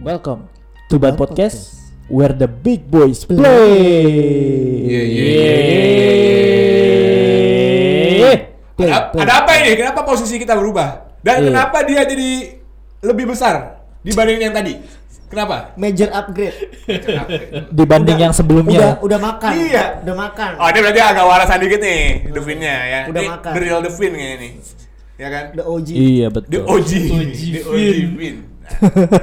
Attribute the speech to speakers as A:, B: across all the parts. A: Welcome to Bad Podcast where the big boys play.
B: Yeah, yeah,
A: Yeah.
B: Ada, ada apa ini? Kenapa posisi kita berubah? Dan
A: Iya.
B: kenapa dia jadi lebih besar dibanding yang tadi? Kenapa?
C: Major upgrade.
A: Dibanding yang
C: Udah,
A: sebelumnya.
C: udah makan.
B: Iya.
C: Udah makan.
B: Oh, ini berarti agak warasan dikit nih, Devinnya ya.
C: Udah
B: Ini
C: makan.
B: The real Devin kayaknya nih. Ya kan?
C: The OG.
A: Iya
B: The
A: betul.
B: OG. The OG Vin.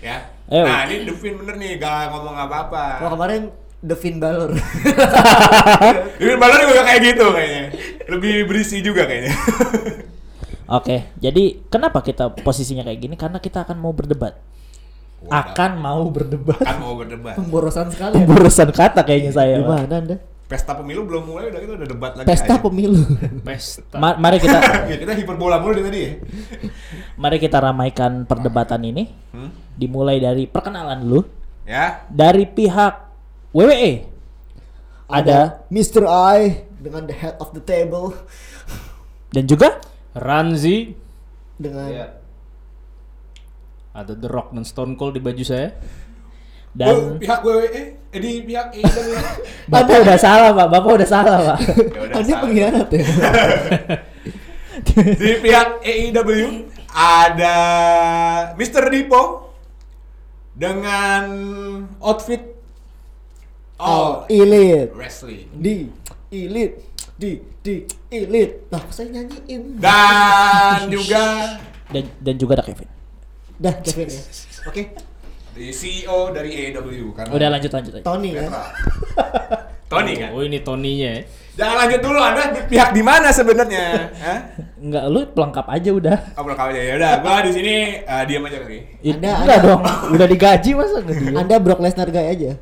B: Nah, ya.
A: Ayo.
B: Nah, ini Devin bener nih, gak ngomong apa-apa.
C: Kalau kemarin The Finn Balor.
B: Devin Balor juga kayak gitu kayaknya. Lebih berisi juga kayaknya.
A: Oke, jadi kenapa kita posisinya kayak gini? Karena kita akan mau berdebat. Akan mau berdebat.
B: Kan mau berdebat.
C: Pemborosan sekali. ya.
A: Pemborosan kata kayaknya saya. Pak.
C: Gimana Anda?
B: Pesta pemilu belum mulai udah kita udah debat lagi.
C: Pesta
B: aja.
C: pemilu.
A: Ma- mari kita
B: ya, kita hiperbola mulu dari tadi ya.
A: mari kita ramaikan perdebatan ini.
B: Hmm?
A: Dimulai dari perkenalan dulu
B: Ya.
A: dari pihak E WWE. Ada
C: Mr. I dengan the head of the table
A: dan juga
D: Ranzi
C: dengan
B: Iya.
D: ada The Rock dan Stone Cold di baju saya.
B: Oh,
A: dan
B: pihak WWE, eh di pihak AEW.
A: Bapak udah salah, Pak. Bapak udah salah, Pak.
B: Ya udah,
C: Anda
B: salah.
C: pengkhianat ya.
B: Di pihak AEW ada Mr. Dipo dengan outfit all
C: Oh, elite.
B: wrestling
C: Di elite. Di di elite. Lah, saya nyanyiin.
B: dan juga
A: Dan dan juga ada Kevin.
C: Dah, Kevin ya. Oke,
B: di CEO dari AEW karena
A: Udah lanjut lanjut aja.
C: Tony ya.
B: Tony kan.
D: Oh ini Toninya ya.
B: Jangan lanjut dulu, Anda di pihak di mana sebenarnya? Hah?
A: Enggak, lu pelengkap aja udah.
B: Oh, belum kau aja. Ya udah, gua di sini eh, diam aja kali.
A: Ya,
C: Ada,
A: enggak
C: ada.
A: dong. Udah digaji masa gitu? enggak dia?
C: Anda Brock Lesnar gay aja.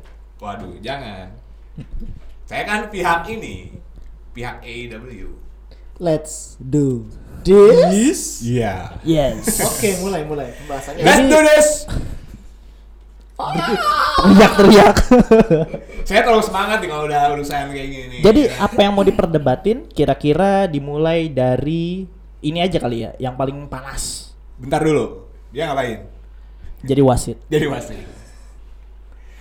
B: Waduh, jangan. Saya kan pihak ini, pihak E AEW.
C: Let's do this.
B: Iya.
A: Yes.
C: Oke, mulai mulai pembahasannya.
B: Let's do this.
A: Teriak-teriak.
B: Saya terlalu semangat nih kalau udah urusan kayak gini.
A: Jadi apa yang mau diperdebatin kira-kira dimulai dari ini aja kali ya, yang paling panas.
B: bentar dulu. Dia ngapain?
A: Jadi wasit.
B: Jadi pasti.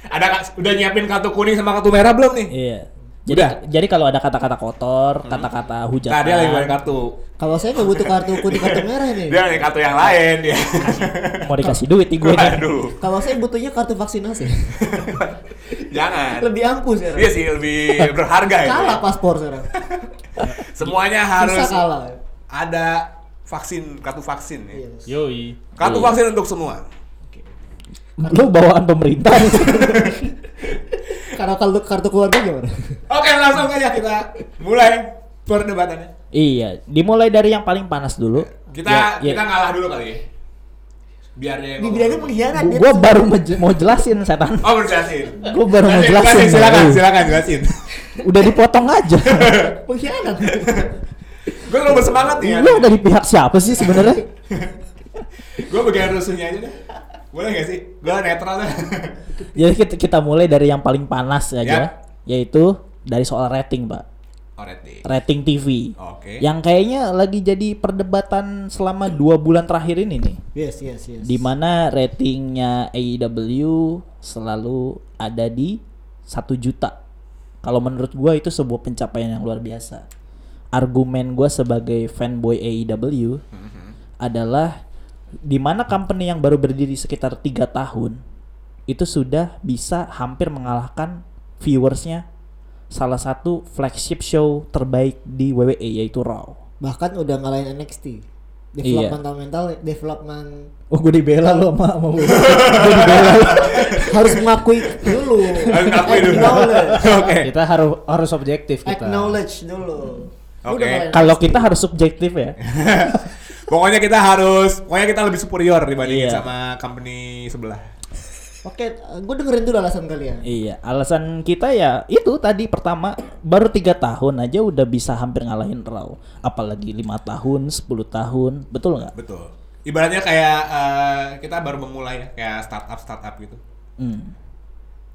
B: Ada ka- udah nyiapin kartu kuning sama kartu merah belum nih?
A: Iya. Jadi
B: Udah.
A: jadi kalau ada kata-kata kotor, kata-kata
C: Iya,
A: hujatan.
B: Nah, dia lagi main kartu.
C: Kalau saya nggak butuh kartu kuning kartu merah nih.
B: Dia main kartu yang lain dia.
A: mau dikasih duit nih gue nih.
B: Aduh.
C: Kalau saya butuhnya kartu vaksinasi.
B: Jangan.
C: Lebih ampuh sekarang.
B: Iya sih lebih berharga ya.
C: Kalah paspor sekarang.
B: Semuanya
C: Bisa
B: harus
C: kalah. Iya,
B: ada vaksin, kartu vaksin ya.
C: Yes.
D: Yoi.
A: Iya.
B: Kartu vaksin untuk semua.
A: Lu bawaan pemerintah. nih.
C: Kalau kartu kartu keluarga gimana?
B: Oke, langsung aja kita mulai perdebatannya.
A: iya, dimulai dari yang paling panas dulu.
B: Kita
A: Ya, ya.
B: kita ngalah dulu kali ya. Biar dia yang
C: Bibirnya
B: ngomong.
C: pengkhianat.
A: Gu-
C: dia
A: gua
C: tuh.
A: baru mej- mau jelasin setan.
B: Oh, baru jelasin.
A: Gua baru mau
B: Jelasin,
A: jelasin.
B: jelasin, silakan,
A: Bayu.
B: silakan jelasin.
A: Udah dipotong aja.
C: pengkhianat.
B: Gue terlalu bersemangat nih. Ya.
A: Lu dari pihak siapa sih sebenarnya?
B: Gue bagian rusuhnya aja deh. Boleh gak sih? Gue netral deh.
A: Jadi kita, kita mulai dari yang paling panas
B: Ya.
A: aja, yaitu dari soal rating, Pak.
B: Alright deh.
A: Rating TV.
B: Oh, Oke.
A: Yang kayaknya lagi jadi perdebatan selama dua bulan terakhir ini nih.
C: Yes, yes, yes.
A: di mana ratingnya AEW selalu ada di satu juta. Kalau menurut gua itu sebuah pencapaian yang luar biasa. Argumen gua sebagai fanboy AEW adalah di mana company yang baru berdiri sekitar tiga tahun itu sudah bisa hampir mengalahkan viewersnya salah satu flagship show terbaik di WWE yaitu Raw.
C: Bahkan udah ngalahin NXT. Developmental mental, development
A: Iya. Oh gue dibela lo sama, sama
C: harus mengakui dulu.
B: Harus ngakuin dulu.
C: Acknowledge.
B: Oke.
D: Kita harus harus objektif kita.
C: Acknowledge dulu. Lu
B: Oke.
C: udah ngalahin
A: Kalau kita harus subjektif ya.
B: Pokoknya kita harus, pokoknya kita lebih superior dibandingin
A: Iya.
B: sama company sebelah.
C: Oke, gue dengerin dulu alasan kalian.
A: Iya, alasan kita ya itu tadi pertama baru tiga tahun aja udah bisa hampir ngalahin Raw, apalagi lima tahun, 10 tahun, betul nggak?
B: Betul. Ibaratnya kayak eh, kita baru memulai ya, kayak startup startup gitu.
A: Hmm.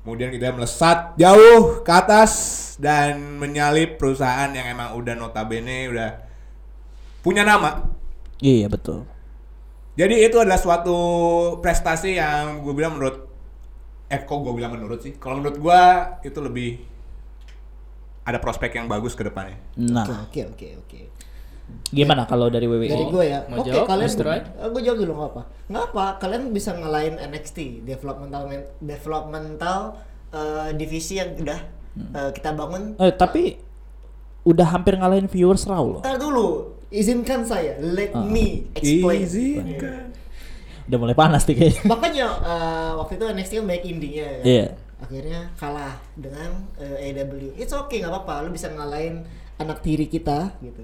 B: Kemudian kita melesat jauh ke atas dan menyalip perusahaan yang emang udah notabene udah punya nama.
A: Iya betul.
B: Jadi itu adalah suatu prestasi yang gue bilang menurut eh kok gue bilang menurut sih? Kalau menurut gue itu lebih ada prospek yang bagus ke depannya.
A: Nah,
C: Oke oke oke.
A: gimana kalau dari E? WWE?
C: Dari gue ya.
D: Mau
C: Oke
D: jawab,
C: kalian.
D: Mr. Right?
C: Gue jawab dulu nggak apa. Nggak apa. Kalian bisa ngelain NXT developmental developmental eh, divisi yang udah
A: Hmm.
C: eh, kita bangun.
A: Eh, tapi udah hampir ngalahin viewers Raw loh.
C: Ntar dulu. Izinkan saya. Let
A: Ah.
C: me explain.
B: Izinkan.
A: Udah mulai panas nih kayaknya.
C: Makanya eh, waktu itu NXT kan banyak indinya ya.
A: Iya.
C: Akhirnya kalah dengan eh, AEW. It's okay nggak apa-apa. Lu bisa ngalahin anak tiri kita gitu.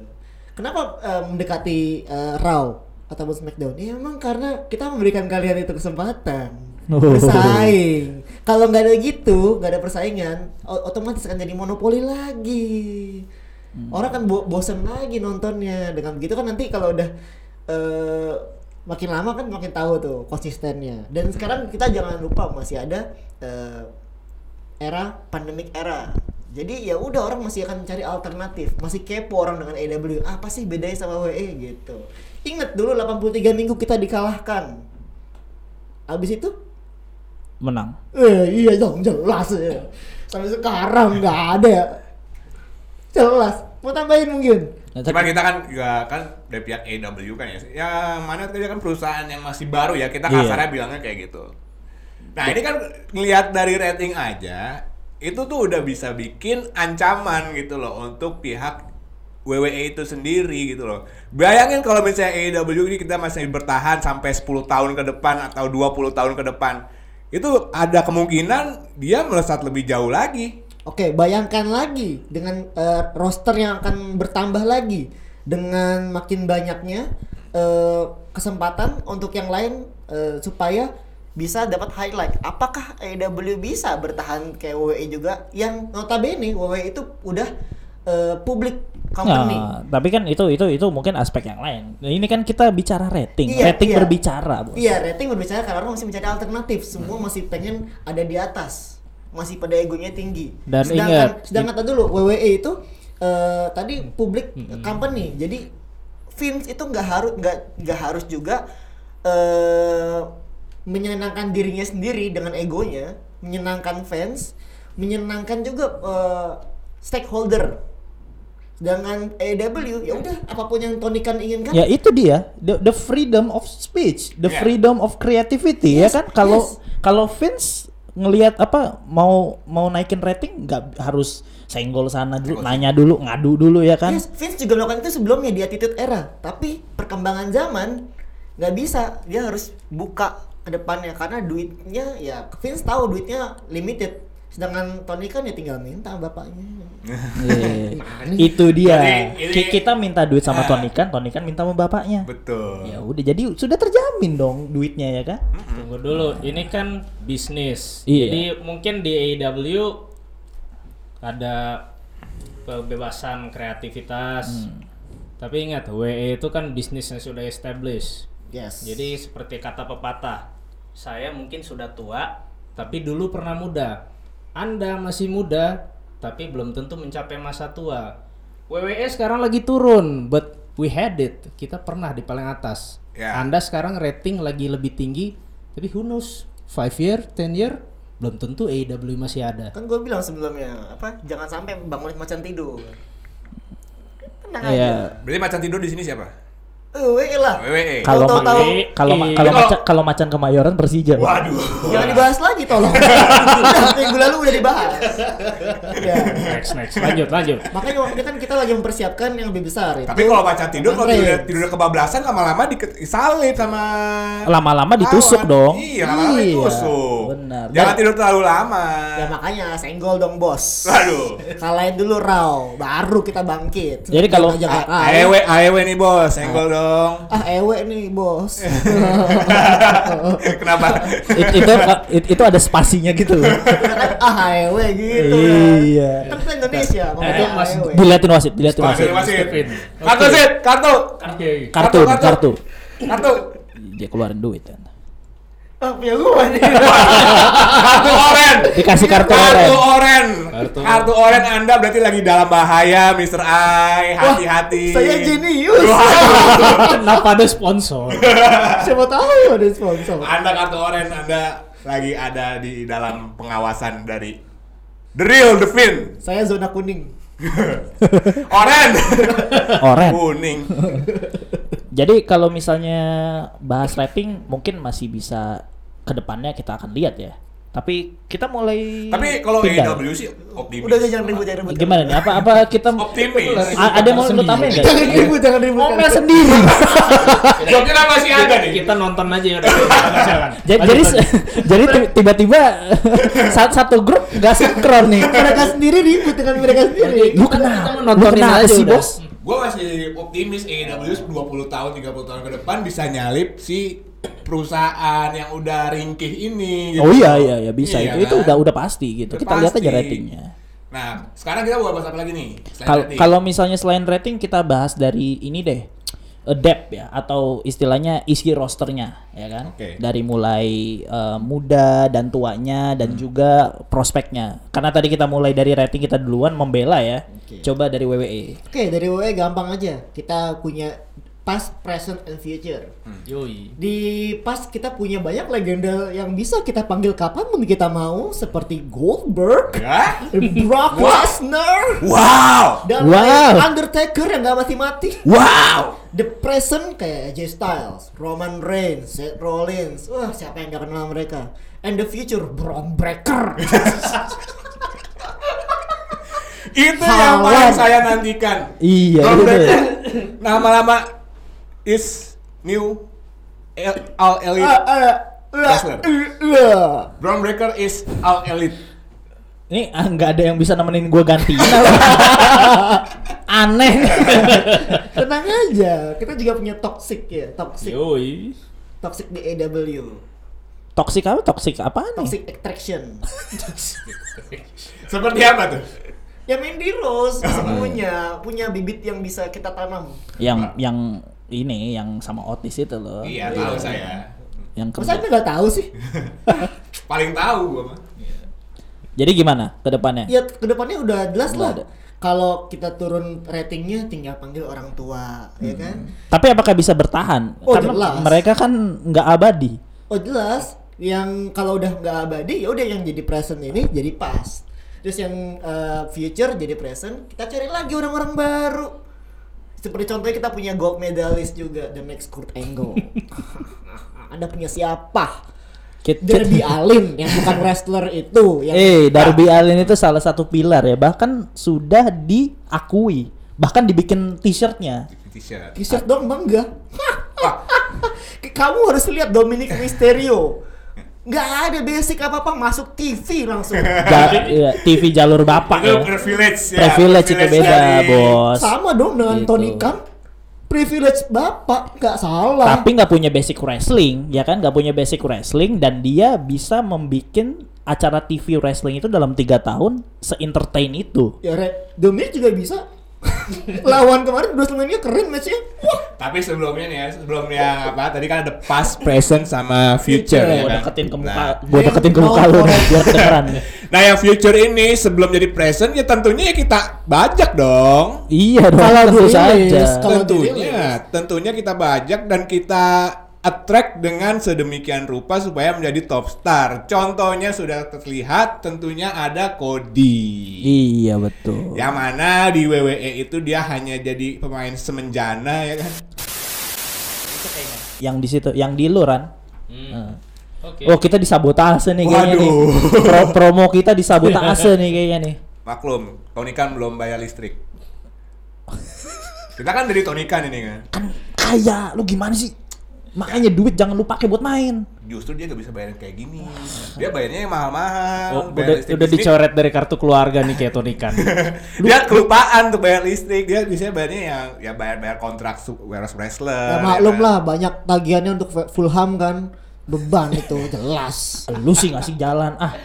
C: Kenapa eh, mendekati eh, Raw ataupun SmackDown? Ya emang karena kita memberikan kalian itu kesempatan
A: Oh.
C: bersaing. Kalau nggak ada gitu, nggak ada persaingan, o- otomatis akan jadi monopoli lagi. Orang kan bo- bosen lagi nontonnya. Dengan begitu kan nanti kalau udah eh, makin lama kan makin tahu tuh konsistennya. Dan sekarang kita jangan lupa masih ada eh, era pandemic era. Jadi ya udah orang masih akan mencari alternatif, masih kepo orang dengan AEW. Apa sih bedanya sama WE gitu. Ingat dulu 83 minggu kita dikalahkan. Abis itu
A: Menang.
C: Eh, iya dong, jelas ya. Sampai sekarang nggak ada. Jelas. Mau tambahin mungkin?
A: Nah,
B: Cuman
A: tapi-
B: kita kan juga kan dari pihak AW kan ya. Yang mana tadi kan perusahaan yang masih baru ya. Kita
A: Iya.
B: kasarnya bilangnya kayak gitu. Nah, ini kan ngelihat dari rating aja itu tuh udah bisa bikin ancaman gitu loh untuk pihak WWE itu sendiri gitu loh. Bayangin kalau misalnya AEW ini kita masih bertahan sampai 10 tahun ke depan atau 20 tahun ke depan. Itu ada kemungkinan dia melesat lebih jauh lagi.
C: Oke, bayangkan lagi dengan eh, roster yang akan bertambah lagi dengan makin banyaknya eh, kesempatan untuk yang lain eh, supaya bisa dapat highlight. Apakah AEW bisa bertahan kayak WWE juga? Yang notabene WWE itu udah eh, public company.
A: Nah, tapi kan itu itu itu mungkin aspek yang lain. Nah, ini kan kita bicara rating.
C: Iya,
A: rating
C: iya.
A: berbicara, Bos.
C: Iya, rating berbicara karena orang masih mencari alternatif. Semua
D: Hmm.
C: masih pengen ada di atas. Masih pada egonya tinggi.
D: Dan
C: sedangkan,
D: ingat- Hmm.
C: sedangkan tadi dulu WWE E itu eh, tadi public company. Jadi films itu nggak harus nggak nggak harus juga eh menyenangkan dirinya sendiri dengan egonya, menyenangkan fans, menyenangkan juga eh, stakeholder. Dengan AEW ya udah apapun yang Tony Khan inginkan
A: Ya itu dia, the, the freedom of speech, the
B: Yeah.
A: freedom of creativity
C: Yes,
A: ya kan. Kalau
C: yes.
A: kalau Vince ngelihat apa mau mau naikin rating nggak harus senggol sana dulu, nanya dulu, ngadu dulu ya kan.
C: Yes, Vince juga melakukan itu sebelumnya di Attitude Era. Tapi perkembangan zaman nggak bisa, dia harus buka ke depannya karena duitnya ya Vince tahu duitnya limited. Sedangkan Tony kan ya tinggal minta bapaknya.
A: Iya.
C: Gimana?
A: itu dia.
B: Jadi, ini-
A: Ki- Kita minta duit sama Tony kan, Tony kan minta sama bapaknya.
B: Betul.
A: Ya udah jadi sudah terjamin dong duitnya ya kan.
C: Hmm.
D: Tunggu dulu, ini kan bisnis.
A: Iya.
D: Jadi mungkin di AEW ada kebebasan kreativitas.
A: Hmm.
D: Tapi ingat, WE itu kan bisnis yang sudah established.
C: Yes.
D: Jadi seperti kata pepatah, saya mungkin sudah tua, tapi dulu pernah muda. Anda masih muda, tapi belum tentu mencapai masa tua. WWE sekarang lagi turun, but we had it. Kita pernah di paling atas.
B: Ya.
D: Anda sekarang rating lagi lebih tinggi, tapi who knows? 5 year, 10 year, belum tentu AEW masih ada.
C: kan gue bilang sebelumnya apa jangan sampai bangunin macan tidur. Tenang aja.
A: Iya.
B: Berarti macan tidur di sini siapa? E.
C: Eh, WWE lah.
B: WWE.
A: Kalau
C: Tahu,
A: ma-
C: tahu.
A: kalau ma-
D: Iya.
A: kalau
B: Kalau-
A: macan kalau macan kemayoran Persija. Bos.
B: Waduh.
C: Jangan dibahas lagi tolong. Udah, minggu lalu udah dibahas. Ya.
D: Next, next. Lanjut, lanjut.
C: Makanya waktu itu kan kita lagi mempersiapkan yang lebih besar ya.
B: Tapi kalau baca tidur kalau
C: Andre.
B: tidur tidur kebablasan lama-lama disalip sama
A: Lama-lama ditusuk
B: lawan.
A: dong.
B: Iya, lama-lama
A: Iya,
B: ditusuk.
A: benar.
B: Jangan
A: Dan-
B: tidur terlalu lama.
C: Ya makanya senggol dong bos.
B: Waduh.
C: Kalahin dulu Raw, baru kita bangkit.
A: Jadi kalau-
C: Jangan-
B: A-
C: jangan kalah.
B: AEW
A: ya.
B: AEW nih bos, senggol dong.
C: ah ewe nih bos.
A: Oh.
B: Kenapa?
A: It- itu it- itu ada spasinya gitu loh.
C: ah ewe gitu.
A: Iya.
C: Kan kita Indonesia, ngomongnya
D: Eh, Mas,
C: AEW.
A: Diliatin wasit, diliatin wasit.
B: Masih, masih.
D: Stepin.
B: Kartu
D: Oke.
B: sih, kartu.
D: Oke.
A: Kartu,
B: Kartu,
A: kartu.
B: Kartu.
A: Dia keluarin duit kan.
C: Ah punya gua nih.
B: Kartu oren.
A: Dikasih kartu
B: Kartu
A: oren.
B: oren.
D: Kartu.
B: Kartu oranye Anda berarti lagi dalam bahaya, Mr. I. Hati-hati.
C: Saya jenius.
D: Kenapa ada sponsor?
C: Siapa tahu ya ada sponsor.
B: Anda kartu oranye Anda lagi ada di dalam pengawasan dari The Real The Fin.
C: Saya zona kuning.
B: Oren.
A: Oren.
B: Kuning.
A: Oh, Jadi kalau misalnya bahas rapping mungkin masih bisa kedepannya kita akan lihat ya. Tapi kita mulai
B: Tapi kalau
A: pindah.
B: AEW sih optimis.
C: Udah udah, jangan ribut ya. jangan ribut.
A: gimana nih? Apa apa kita
B: optimis.
A: A- ada yang mau lu tambahin nggak?
C: Jangan ribut jangan ribut.
A: Ngomel Oh, sendiri.
C: ya.
B: Jobnya kan masih ada nih.
D: Kita nonton aja ya. udah. Silakan.
A: Ja- jadi
D: Lanjut, lanjut.
A: jadi ti- tiba-tiba saat satu grup gak sinkron nih.
C: mereka sendiri ribut dengan mereka sendiri.
A: Lu kenal,
D: kan Kita
A: lu
D: nontonin
A: kenal
D: aja
A: sih
D: udah.
A: bos.
B: Gue masih optimis AEW 20 tahun 30 tahun ke depan bisa nyalip si perusahaan yang udah ringkih ini gitu.
A: Oh iya iya iya bisa
B: Iya
A: itu itu
B: kan?
A: udah udah pasti gitu.
B: Udah
A: Kita lihat aja
B: pasti.
A: ratingnya.
B: Nah, sekarang kita mau bahas apa lagi nih? Selain
A: Kal-
B: rating.
A: kalau misalnya selain rating kita bahas dari ini deh eh, depth ya atau istilahnya isi rosternya ya kan
B: Oke.
A: dari mulai eh, muda dan tuanya dan
B: Hmm.
A: juga prospeknya karena tadi kita mulai dari rating kita duluan membela ya coba dari E. WWE
C: Oke dari WWE gampang aja. Kita punya past, present, and future.
D: Yoi.
C: Di pas kita punya banyak legenda yang bisa kita panggil kapanpun kita mau seperti Goldberg,
B: ya?
C: Brock Lesnar,
B: Wow.
C: dan
A: Wow.
C: Undertaker yang gak mati-mati.
B: Wow.
C: The Present kayak AJ Styles, Roman Reigns, Seth Rollins, wah siapa yang gak kenal mereka? And the future Braun Breaker.
B: Itu yang
C: Halan.
B: paling saya nantikan.
A: Iya,
B: Don
A: itu
B: Black,
A: deh.
B: Lama-lama is new El- all elite.
C: Ah, ah, ah,
B: Wrestler.
C: ah.
B: Brown Breaker is all elite.
A: ini ah, nggak ada yang bisa nemenin gua gantiin apa? aneh nih.
C: Tenang aja, kita juga punya toxic ya, toxic,
D: Yoi.
C: toxic di AW,
A: toxic apa toxic apa nih
C: toxic attraction.
B: Seperti apa tuh?
C: ya Mandy Rose semuanya punya bibit yang bisa kita tanam.
A: yang yang ini yang sama Otis itu loh
B: Iya, tahu saya.
A: yang kerja.
C: Masa anda nggak tahu sih?
B: Paling tahu gua mah.
A: Iya. jadi gimana ke depannya
C: Ya kedepannya udah jelas
A: Udah ada.
C: lah. Kalau kita turun ratingnya tinggal panggil orang tua, ya kan?
A: Tapi apakah bisa bertahan?
C: Oh,
A: Karena
C: jelas.
A: mereka kan nggak abadi.
C: Oh jelas, yang kalau udah nggak abadi ya udah yang jadi present ini jadi past. Terus yang eh, future jadi present, kita cari lagi orang-orang baru. Seperti contohnya kita punya gold medalist juga, the next Kurt Angle. Anda punya siapa?
A: Kit-
C: Derby
A: kit-
C: Alin yang bukan wrestler itu. Yang
A: eh, Darby Allin itu salah satu pilar ya. Bahkan sudah diakui, bahkan dibikin t-shirtnya. Iya.
B: T-shirt.
C: T-shirt dong bangga. Kamu harus lihat Dominic Mysterio. Nggak ada basic apa-apa masuk TV langsung.
A: Ja- iya, TV jalur bapak
B: Itu
A: ya.
B: privilege ya.
A: Privilege itu beda,
B: dari-
A: bos.
C: Sama dong dengan
A: Gitu.
C: Tony Khan. Privilege bapak nggak salah.
A: Tapi nggak punya basic wrestling, ya kan? Nggak punya basic wrestling dan dia bisa membikin acara TV wrestling itu dalam tiga tahun se-entertain itu.
C: ya Re, Dominic juga bisa. Lawan kemarin Broslemania keren matchnya. Wah,
B: Tapi sebelumnya nih ya, sebelum yang apa? Tadi kan ada past, present sama future ya
A: Gua
B: kan?
A: deketin ke muka,
B: Nah,
A: gua deketin ke muka lu nih, biar kedengeran.
B: Nah yang future ini sebelum jadi present ya tentunya ya kita bajak dong.
A: Iya dong,
C: Kalau
A: tentu
C: dirilis,
A: saja.
C: kalau-
B: tentunya,
C: dirilis.
B: tentunya kita bajak dan kita attract dengan sedemikian rupa supaya menjadi top star. Contohnya sudah terlihat, tentunya ada Cody.
A: Iya betul.
B: Yang mana di WWE itu dia hanya jadi pemain semenjana ya kan?
A: yang di situ yang di luran
D: Hmm. Oke.
A: oh kita disabotase nih kayaknya nih
B: Waduh.
A: Pro- promo kita disabotase nih kayaknya nih
B: Maklum, Tony Khan belum bayar listrik. kita kan dari Tony Khan ini kan.
A: kan kaya lu gimana sih makanya duit jangan lu pakai buat main
B: Justru dia gak bisa bayarin kayak gini. Dia bayarnya yang mahal-mahal.
D: Oh,
B: bayar
D: udah,
B: listrik
D: udah
B: listrik.
D: dicoret dari kartu keluarga nih kayak Tony Khan.
B: dia kelupaan untuk bayar listrik dia biasanya bayarnya yang ya bayar-bayar kontrak su- wrestler kan.
C: ya maklum
B: iya.
C: lah banyak tagihannya untuk Fulham kan beban itu jelas.
A: lu sih ngasih jalan ah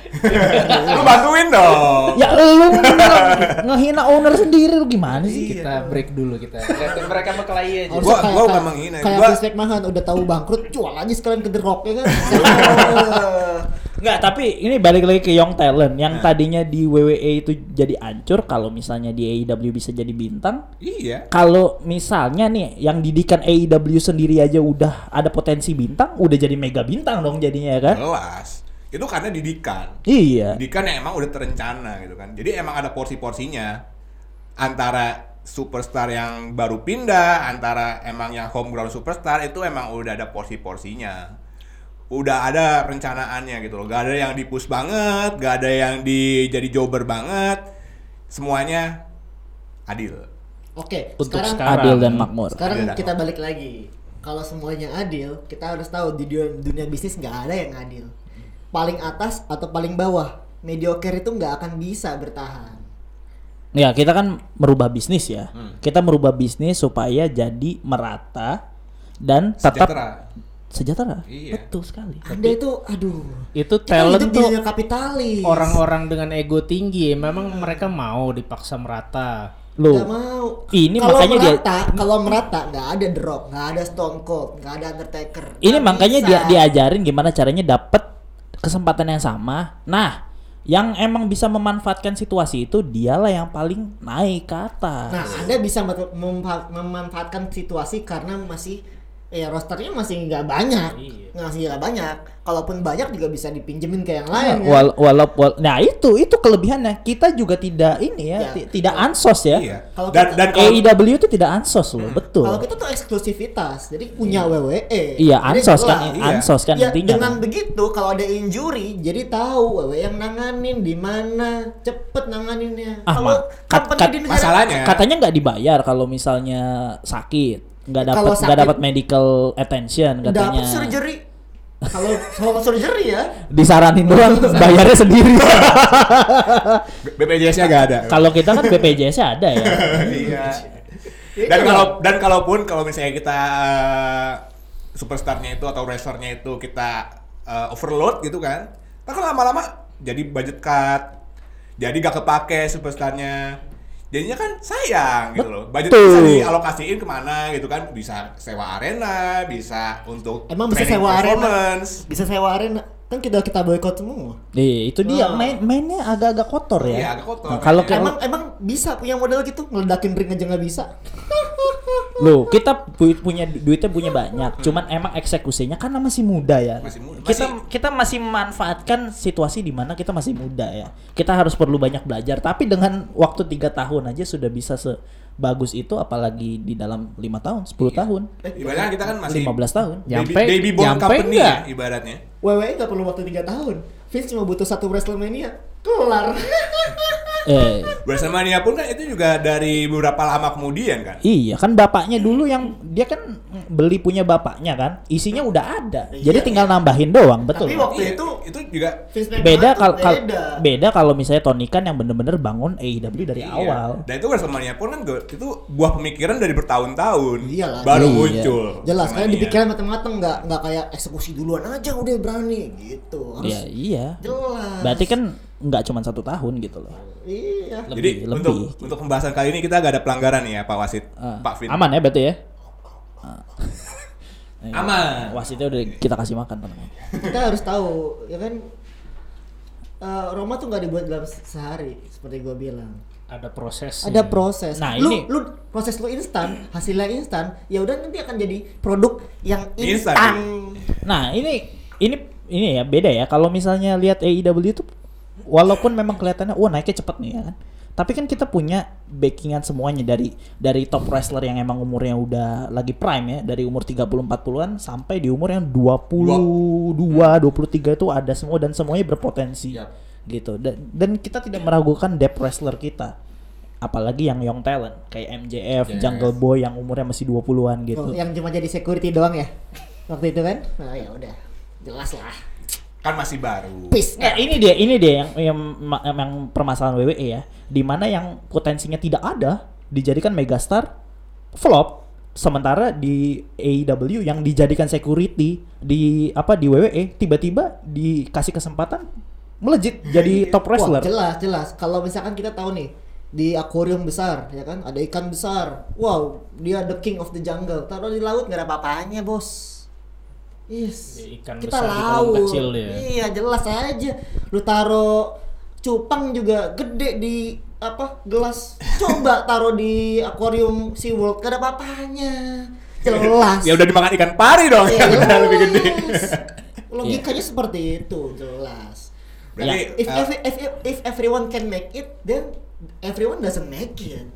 B: lu bantuin dong
A: ya lu nge- ngehina owner sendiri lu gimana sih
C: Iya.
D: kita break dulu kita. Oh, Liatin mereka berkelahi aja.
C: Harusnya
B: Gua-
C: kayak-
B: gua bukan
C: kayak-
B: menghina,
C: Kayak
B: gua-
C: Chris McMahon udah tahu bangkrut, jual aja sekalian ke The Rock ya kan.
A: Nggak, tapi ini balik lagi ke Young Talent yang tadinya di WWE itu jadi ancur kalau misalnya di AEW bisa jadi bintang.
B: Iya.
A: Kalau misalnya nih yang didikan AEW sendiri aja udah ada potensi bintang, udah jadi mega bintang dong jadinya ya kan?
B: Jelas. Itu karena didikan.
A: Iya.
B: Didikan kan yang emang udah terencana gitu kan. Jadi emang ada porsi-porsinya antara superstar yang baru pindah, antara emang yang homegrown superstar itu emang udah ada porsi-porsinya. Udah ada rencanaannya gitu loh. Gak ada yang dipus banget, gak ada yang di jadi jobber banget. Semuanya adil.
C: Oke,
D: Untuk
C: sekarang
D: sekarang.
A: Adil dan makmur.
C: Sekarang
B: Adil dan
C: kita balik lagi. Kalau semuanya adil, kita harus tahu di dunia, dunia bisnis nggak ada yang adil. Paling atas atau paling bawah, mediocre itu nggak akan bisa bertahan.
A: Ya, kita kan merubah bisnis ya. Kita merubah bisnis supaya jadi merata dan tetap
B: Sejahtera.
A: sejahtera.
B: Iya.
A: Betul sekali.
C: Anda itu, aduh,
D: Itu
C: kita
D: talent
C: hidup di
D: tuh
C: dunia kapitalis.
D: orang-orang dengan ego tinggi memang mereka mau dipaksa merata.
C: nggak
A: Loh,
C: mau.
A: Ini
C: kalau
A: makanya dia-
C: merata, kalau merata nggak ada drop, nggak ada Stone Cold, nggak ada Undertaker.
A: ini
C: Nggak
A: makanya
C: bisa.
A: dia diajarin gimana caranya dapet kesempatan yang sama. Nah, yang emang bisa memanfaatkan situasi itu dialah yang paling naik ke atas.
C: Nah, Anda bisa mem- memfa- memanfaatkan situasi karena masih ya rosternya masih nggak banyak,
D: Iya.
C: masih nggak banyak. Kalaupun banyak juga bisa dipinjemin ke yang
A: Nah,
C: lain. kan?
A: wal, walau- wal- nah itu itu kelebihannya kita juga tidak ini ya,
C: Ya.
A: ti- tidak ansos ya.
B: Iya.
C: Kalau
B: Dan
C: kita-
B: dan kalau
A: AEW itu tidak ansos loh, betul.
C: Hmm. Kalau kita tuh eksklusivitas, jadi punya WWE.
A: Iya,
C: Jadi
A: ansos kan,
C: jelas.
B: Iya.
A: ansos kan
C: Ya,
A: intinya.
C: dengan
A: kan.
C: begitu kalau ada injury jadi tahu WWE yang nanganin di mana, cepet nanganinnya.
A: Ah,
C: kalau
A: ma- kat-
C: company
A: kat-
C: di negara-
B: masalahnya
A: Katanya nggak dibayar kalau misalnya sakit, nggak dapat
C: Kalau
A: nggak
C: sakit-
A: dapat medical attention katanya.
C: dapat surgery. Kalau kalau surgery ya,
A: Disaranin doang, bayarnya sendiri.
B: BPJS-nya gak ada.
A: kalau kita kan BPJS -nya ada ya.
B: iya. Dan kalau dan kalaupun kalau misalnya kita eh, superstarnya itu atau wrestlernya itu kita eh, overload gitu kan, ntar kan lama-lama jadi budget cut, jadi gak kepake superstarnya. Jadinya kan sayang gitu loh. Budget
A: Betul.
B: bisa dialokasiin kemana gitu kan? Bisa sewa arena, bisa untuk
C: Emang bisa
B: training
C: sewa arena?
B: performance.
C: bisa sewa arena kan kita kita boikot semua.
A: Iya, itu dia
C: Oh.
A: main mainnya agak-agak kotor ya.
B: Iya, agak kotor.
A: Nah, kalau
B: Iya.
A: kalau
C: Emang emang bisa punya modal gitu ngeledakin ring aja nggak bisa.
A: Loh, kita pu- punya duitnya punya banyak, cuman emang eksekusinya karena masih muda ya.
B: Hmm. Masih muda,
A: Kita
B: masih-
A: kita masih memanfaatkan situasi di mana kita masih muda ya. Kita harus perlu banyak belajar, tapi dengan waktu tiga tahun aja sudah bisa sebagus itu apalagi di dalam lima tahun, 10 tahun,
B: Ibaratnya Iya. kita kan masih
A: 15 tahun.
B: baby,
D: Nyampe-
B: baby born
D: nyampe
B: company
D: nggak?
B: ya, ibaratnya.
C: WWE E nggak perlu waktu 3 tahun. Vince cuma butuh satu WrestleMania kelar.
A: Eh,
B: Wrestlemania pun kan itu juga dari beberapa lama kemudian kan.
A: iya kan bapaknya dulu yang dia kan beli punya bapaknya kan, isinya udah ada. Jadi
C: Iya.
A: tinggal nambahin doang, betul.
C: Tapi waktu
B: Iya,
C: itu
B: itu juga
C: Vince McMahon
A: beda
C: tuh
A: kalau kal-
C: beda.
A: beda kalau misalnya Tony kan yang bener-bener bangun AEW dari
B: Iya.
A: awal.
B: Dan itu Wrestlemania pun kan gua- itu buah pemikiran dari bertahun-tahun.
C: Iyalah.
B: Baru
A: Iya.
B: muncul.
C: Jelas kan
B: Wrestlemania.
C: dipikiran mateng-mateng nggak nggak kayak eksekusi duluan aja udah berani gitu.
A: Ya
C: Harus
A: iya.
C: jelas.
A: Berarti kan nggak cuma satu tahun gitu loh.
C: iya.
A: Lebih,
B: Jadi
A: lebih.
B: untuk untuk pembahasan kali ini kita gak ada pelanggaran ya Pak Wasit,
A: Ah,
C: Iya.
B: Pak Vin.
A: Aman ya berarti
C: Oh,
A: ya?
B: Aman.
A: Wasitnya udah kita kasih makan teman-teman.
C: Kita harus tahu ya kan eh, Roma tuh nggak dibuat dalam se- sehari seperti gua bilang.
D: Ada proses. ya.
C: ada proses.
A: Nah,
C: lu,
A: ini-
C: lu proses lu instan, hasilnya instan, ya udah nanti akan jadi produk yang
B: Instan.
C: instan.
A: Nah, ini ini ini ya beda ya. Kalau misalnya lihat AEW itu walaupun memang kelihatannya wah naiknya cepet nih ya kan. Tapi kan kita punya backingan semuanya dari dari top wrestler yang emang umurnya udah lagi prime ya, dari umur 30 40-an sampai di umur yang 22, 23 itu ada semua dan semuanya berpotensi.
B: Yap.
A: Gitu. Dan dan kita tidak meragukan depth wrestler kita. Apalagi yang young talent kayak MJF,
B: Yes.
A: Jungle Boy yang umurnya masih 20-an gitu.
C: Oh, yang cuma jadi security doang ya. Waktu itu kan? Nah, ya udah. Jelas lah.
B: Kan masih baru.
C: Peace.
A: Nah, ini dia, ini dia yang yang, ma- yang permasalahan WWE ya. Di mana yang potensinya tidak ada dijadikan megastar flop sementara di AEW yang dijadikan security di apa di WWE tiba-tiba dikasih kesempatan melejit jadi top
C: Wah,
A: wrestler.
C: jelas, jelas. Kalau misalkan kita tahu nih di akuarium besar, ya kan? Ada ikan besar. Wow, dia the king of the jungle. Taruh di laut nggak ada apa-apanya, Bos. Yes.
D: Ya, ikan
C: kita
D: besar di kolam
C: laut.
D: kecil dia.
C: Iya, jelas aja. Lu taro cupang juga gede di apa gelas. Coba taruh di akuarium SeaWorld, gak ada apa-apanya. Jelas.
B: ya udah dimakan ikan pari dong
C: Iya,
B: yang udah Oh, lebih gede.
C: jelas. Logikanya seperti itu, jelas.
B: Iya. Berarti
C: If,
B: eh,
C: every- if, if, if everyone can make it, then everyone doesn't make it.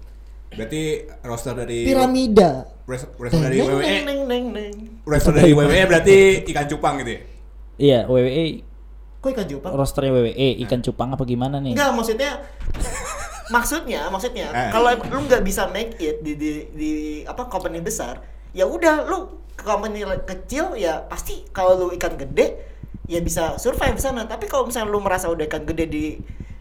B: berarti roster dari
C: Piramida.
B: res- roster Iya. dari E.
C: Neng,
B: WWE
C: neng, neng, neng, neng.
B: roster dari WWE berarti ikan cupang gitu ya.
A: Iya, WWE
C: Kok ikan jupang?
A: rosternya WWE ikan cupang apa gimana nih?
C: Enggak, maksudnya maksudnya maksudnya
B: Eh.
C: kalau em- lu nggak bisa make it di di, di apa company besar, ya udah lu ke company le- kecil ya pasti kalau lu ikan gede ya bisa survive di sana. Tapi kalau misalnya lu merasa udah ikan gede di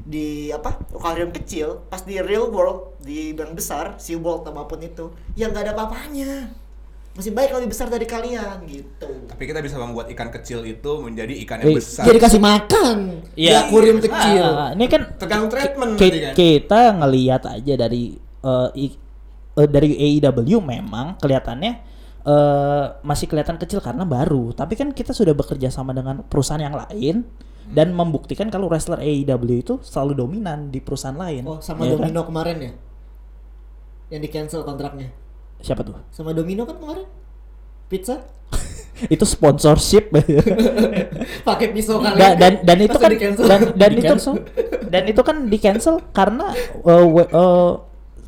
C: di apa akuarium kecil pas di real world di yang besar si world apapun itu ya nggak ada apa-apanya masih baik lebih besar dari kalian gitu
B: Tapi kita bisa membuat ikan kecil itu menjadi ikan
A: Eh,
B: yang besar.
C: jadi kasih makan di
A: Iya.
C: akuarium kecil
A: Ah, ini kan
B: Tergantung treatment
A: ki-
B: nanti kan.
A: kita ngelihat aja dari eh, i- eh, dari AEW memang kelihatannya eh, masih kelihatan kecil karena baru, tapi kan kita sudah bekerja sama dengan perusahaan yang lain dan
C: Hmm.
A: membuktikan kalau wrestler AEW itu selalu dominan di perusahaan lain.
C: Oh, sama
A: Ya kan?
C: Domino kemarin ya? Yang di cancel kontraknya.
A: Siapa tuh?
C: Sama Domino kan kemarin? Pizza?
A: itu sponsorship.
C: Pakai pisau kali.
A: dan dan, dan itu
C: Langsung
A: kan
C: di-cancel.
A: dan, dan
D: Di
A: itu
D: cancel.
A: dan itu kan di cancel karena uh, we- uh,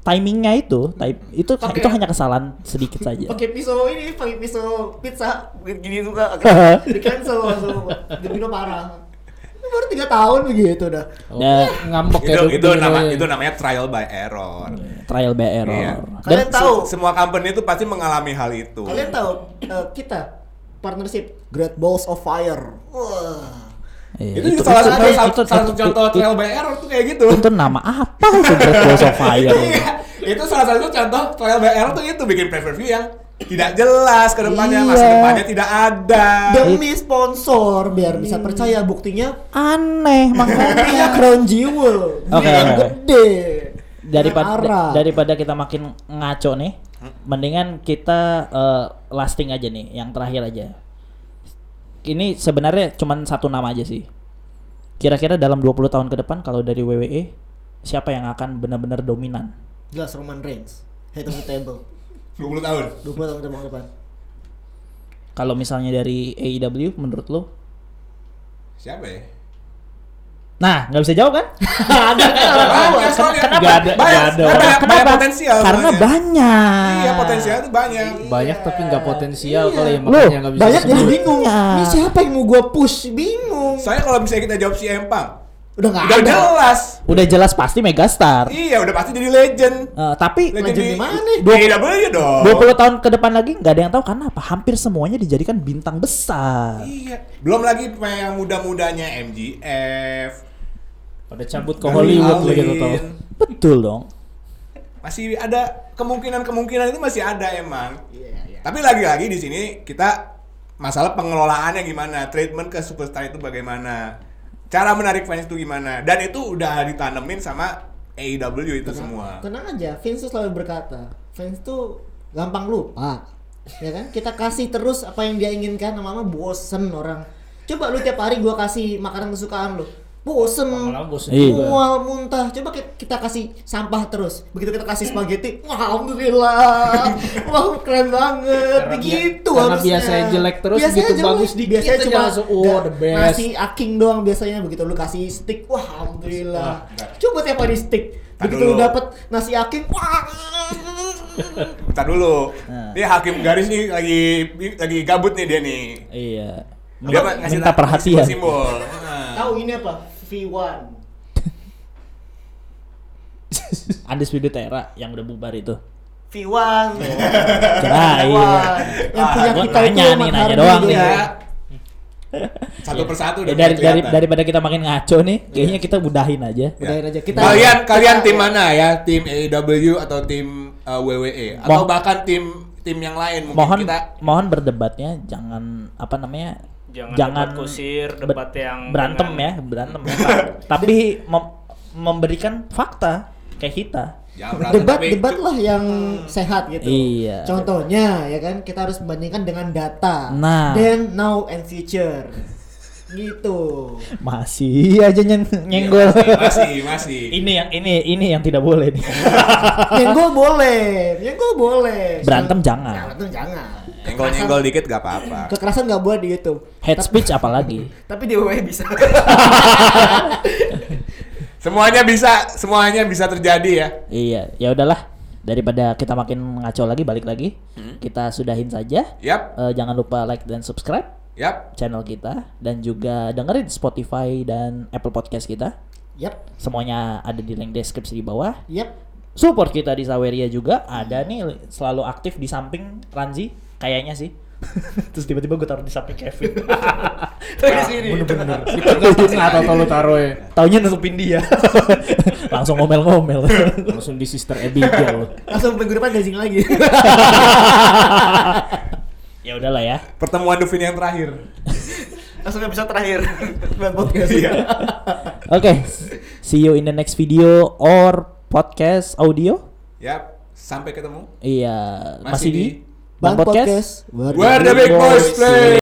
A: timingnya itu ti- itu
C: Pakai-
A: itu hanya kesalahan sedikit saja
C: pakai pisau ini, pakai pisau pizza gini juga agak di cancel langsung Domino parah. Ini baru 3 tahun begitu dah.
A: Nah,
D: Oh, ngambek
B: itu
D: ya
B: itu
D: Dok,
B: nama
D: Doi.
B: itu namanya trial by error.
A: trial by error
B: Iya.
A: dan
C: Kalian tahu,
B: Se- semua company itu pasti mengalami hal itu.
C: kalian tahu eh, kita partnership Great Balls of Fire. Wah.
A: iya,
B: itu, juga salah satu
C: itu-
B: salah
A: itu-
B: salah satu
A: itu-
B: contoh
A: itu-
B: trial by error tuh kayak gitu.
A: itu nama apa itu Great Balls of Fire
B: Iya, itu salah satu contoh trial by error tuh itu bikin pay per view yang tidak jelas ke depannya, masa
A: Iya.
B: depannya tidak ada.
C: Demi sponsor biar
A: Hmm.
C: bisa percaya buktinya
A: aneh makanya
B: Iya.
C: Kopinya Crown Jewel.
A: Oke,
C: Dia
A: oke, oke.
C: gede.
A: daripada
C: Arah.
A: daripada kita makin ngaco nih
B: Hmm.
A: mendingan kita eh, lasting aja nih yang terakhir aja ini sebenarnya cuman satu nama aja sih kira-kira dalam 20 tahun ke depan kalau dari WWE siapa yang akan benar-benar dominan
C: jelas Roman Reigns. Head of the table.
B: 20 tahun.
C: 20 tahun ke depan.
A: kalau misalnya dari AEW menurut lo
B: Siapa ya?
A: nah nggak bisa jawab kan
C: Ada
B: Banyak soalnya.
A: kenapa?
B: Banyak,
D: Nggak ada-
B: ya. banyak,
D: nggak ada.
B: banyak,
A: Kenapa?
B: banyak potensial.
A: karena
B: soalnya.
A: banyak
B: Iya, potensial itu banyak.
D: banyak tapi nggak potensial
C: Iya.
D: kali ya
A: Loh,
D: makanya nggak bisa
C: Banyak jadi
D: sebut.
C: bingung.
A: Iya.
C: Ini siapa yang mau gua push? Bingung.
B: Soalnya kalau misalnya kita jawab si Empang,
C: Udah nggak
B: udah
C: ada.
B: jelas.
A: udah jelas pasti megastar
B: Iya, udah pasti jadi legend.
A: Eh, tapi
B: Legend,
C: Legend di mana nih?
B: Di AEW dong.
A: 20 tahun ke depan lagi nggak ada yang tahu karena apa? Hampir semuanya dijadikan bintang besar.
B: Iya. Belum lagi pemain yang muda-mudanya MGF,
D: pada cabut ke
B: Darby
D: Hollywood
B: Allin.
D: begitu
C: Iya.
D: tau
A: Betul dong.
B: Masih ada kemungkinan-kemungkinan itu masih ada emang.
C: Iya, iya.
B: Tapi lagi-lagi di sini kita masalah pengelolaannya gimana, treatment ke superstar itu bagaimana, cara menarik fans itu gimana, dan itu udah ditanemin sama AEW itu semua.
C: Tenang aja, Vince tuh selalu berkata, fans tuh gampang lupa. Ya kan? Kita kasih terus apa yang dia inginkan, lama-lama bosen orang. Coba lu tiap hari gua kasih makanan kesukaan lu. Bosen.
D: Lama-lama bosen
A: Iya. juga.
C: Mual, muntah. Coba ki- kita kasih sampah terus. Begitu kita kasih spaghetti, wah alhamdulillah. wah keren banget.
D: Karena bi-
C: Begitu
D: karena
C: harusnya.
D: biasanya jelek terus,
C: Biasanya
D: begitu bagus dikit
C: biasanya
D: aja
C: cuma
D: langsung, "Oh, the best."
C: Ngasih aking doang biasanya begitu lu kasih stick, wah alhamdulillah.
B: Wah, enggak.
C: Coba tiap hari stick.
B: Tar
C: Begitu lu
B: dulu.
C: dapet nasi aking, wah.
B: Bentar dulu.
A: Nah.
B: Ini hakim garis nih lagi lagi gabut nih dia nih.
A: Iya.
B: Dia
A: Men-
B: ngasih
A: minta
B: na-
A: perhatian.
B: Simbol. Nah.
C: Tahu ini apa? V1.
A: Undisputed Era yang udah bubar itu. Ya, iya.
C: V1.
A: Kirain.
C: Iya. Yang
B: Ah,
C: punya
A: Nah, gua
C: kita itu ya.
A: nanya nih,
C: Matt
A: nanya
C: Hardy
A: doang
C: dulu.
A: nih.
B: Iya. Satu persatu
A: Ya,
B: udah
A: dari, dari,
B: kelihatan. Iya.
A: daripada kita makin ngaco nih, kayaknya kita udahin aja.
C: Udahin aja kita.
B: kalian kalian tim mana ya? Tim AEW atau tim uh, WWE atau
A: Mo-
B: bahkan tim tim yang lain mungkin
A: Mohon
B: kita
A: mohon berdebatnya jangan apa namanya?
D: Jangan debat kusir,
A: ber-
D: debat yang
A: berantem
D: dengan-
A: ya, berantem. Ta- Tapi mem- memberikan fakta. kayak kita.
B: Jabrak,
C: debat
B: tapi-
C: debat lah yang sehat gitu.
A: Iya.
C: Contohnya ya kan kita harus membandingkan dengan data.
A: Nah.
C: Then now and future. gitu.
A: Masih aja nyeng nyenggol.
B: Iya, Masih, masih. masih.
A: ini yang ini ini yang tidak boleh nih.
C: nyenggol boleh, nyenggol boleh.
A: Berantem
C: Nah,
A: jangan.
C: Berantem jangan.
B: Nyenggol-nyenggol dikit gak apa-apa.
C: Kekerasan nggak boleh di YouTube.
A: Head speech apalagi.
C: Tapi di WWE bisa.
B: Semuanya bisa, semuanya bisa terjadi ya.
A: Iya, ya udahlah. Daripada kita makin ngaco lagi balik lagi, kita sudahin saja.
B: Yap,
A: Eh, jangan lupa like dan subscribe
B: yap.
A: channel kita dan juga dengerin Spotify dan Apple Podcast kita.
C: yap,
A: Semuanya ada di link deskripsi di bawah.
C: yap.
A: Support kita di Saweria juga ada nih selalu aktif di samping Ranzi kayaknya sih. Terus tiba-tiba gue taruh di samping Kevin.
C: Dari sini.
D: Di tengah-tengah atau lo nah, taruh ya.
A: Taunya nutupin dia. Langsung ngomel-ngomel.
D: Langsung di Sister Abigail.
C: Langsung minggu depan gazing lagi.
A: ya udahlah ya.
B: Pertemuan Dufin yang terakhir.
C: Langsung episode terakhir. Buat podcast.
B: Iya.
A: Oke. See you in the next video or podcast audio.
B: Yap, sampai ketemu.
A: Iya, masih,
B: Masih
A: di
B: di
A: Bang
C: Bang
A: Podcast.
C: Podcast.
B: Where the big boys play.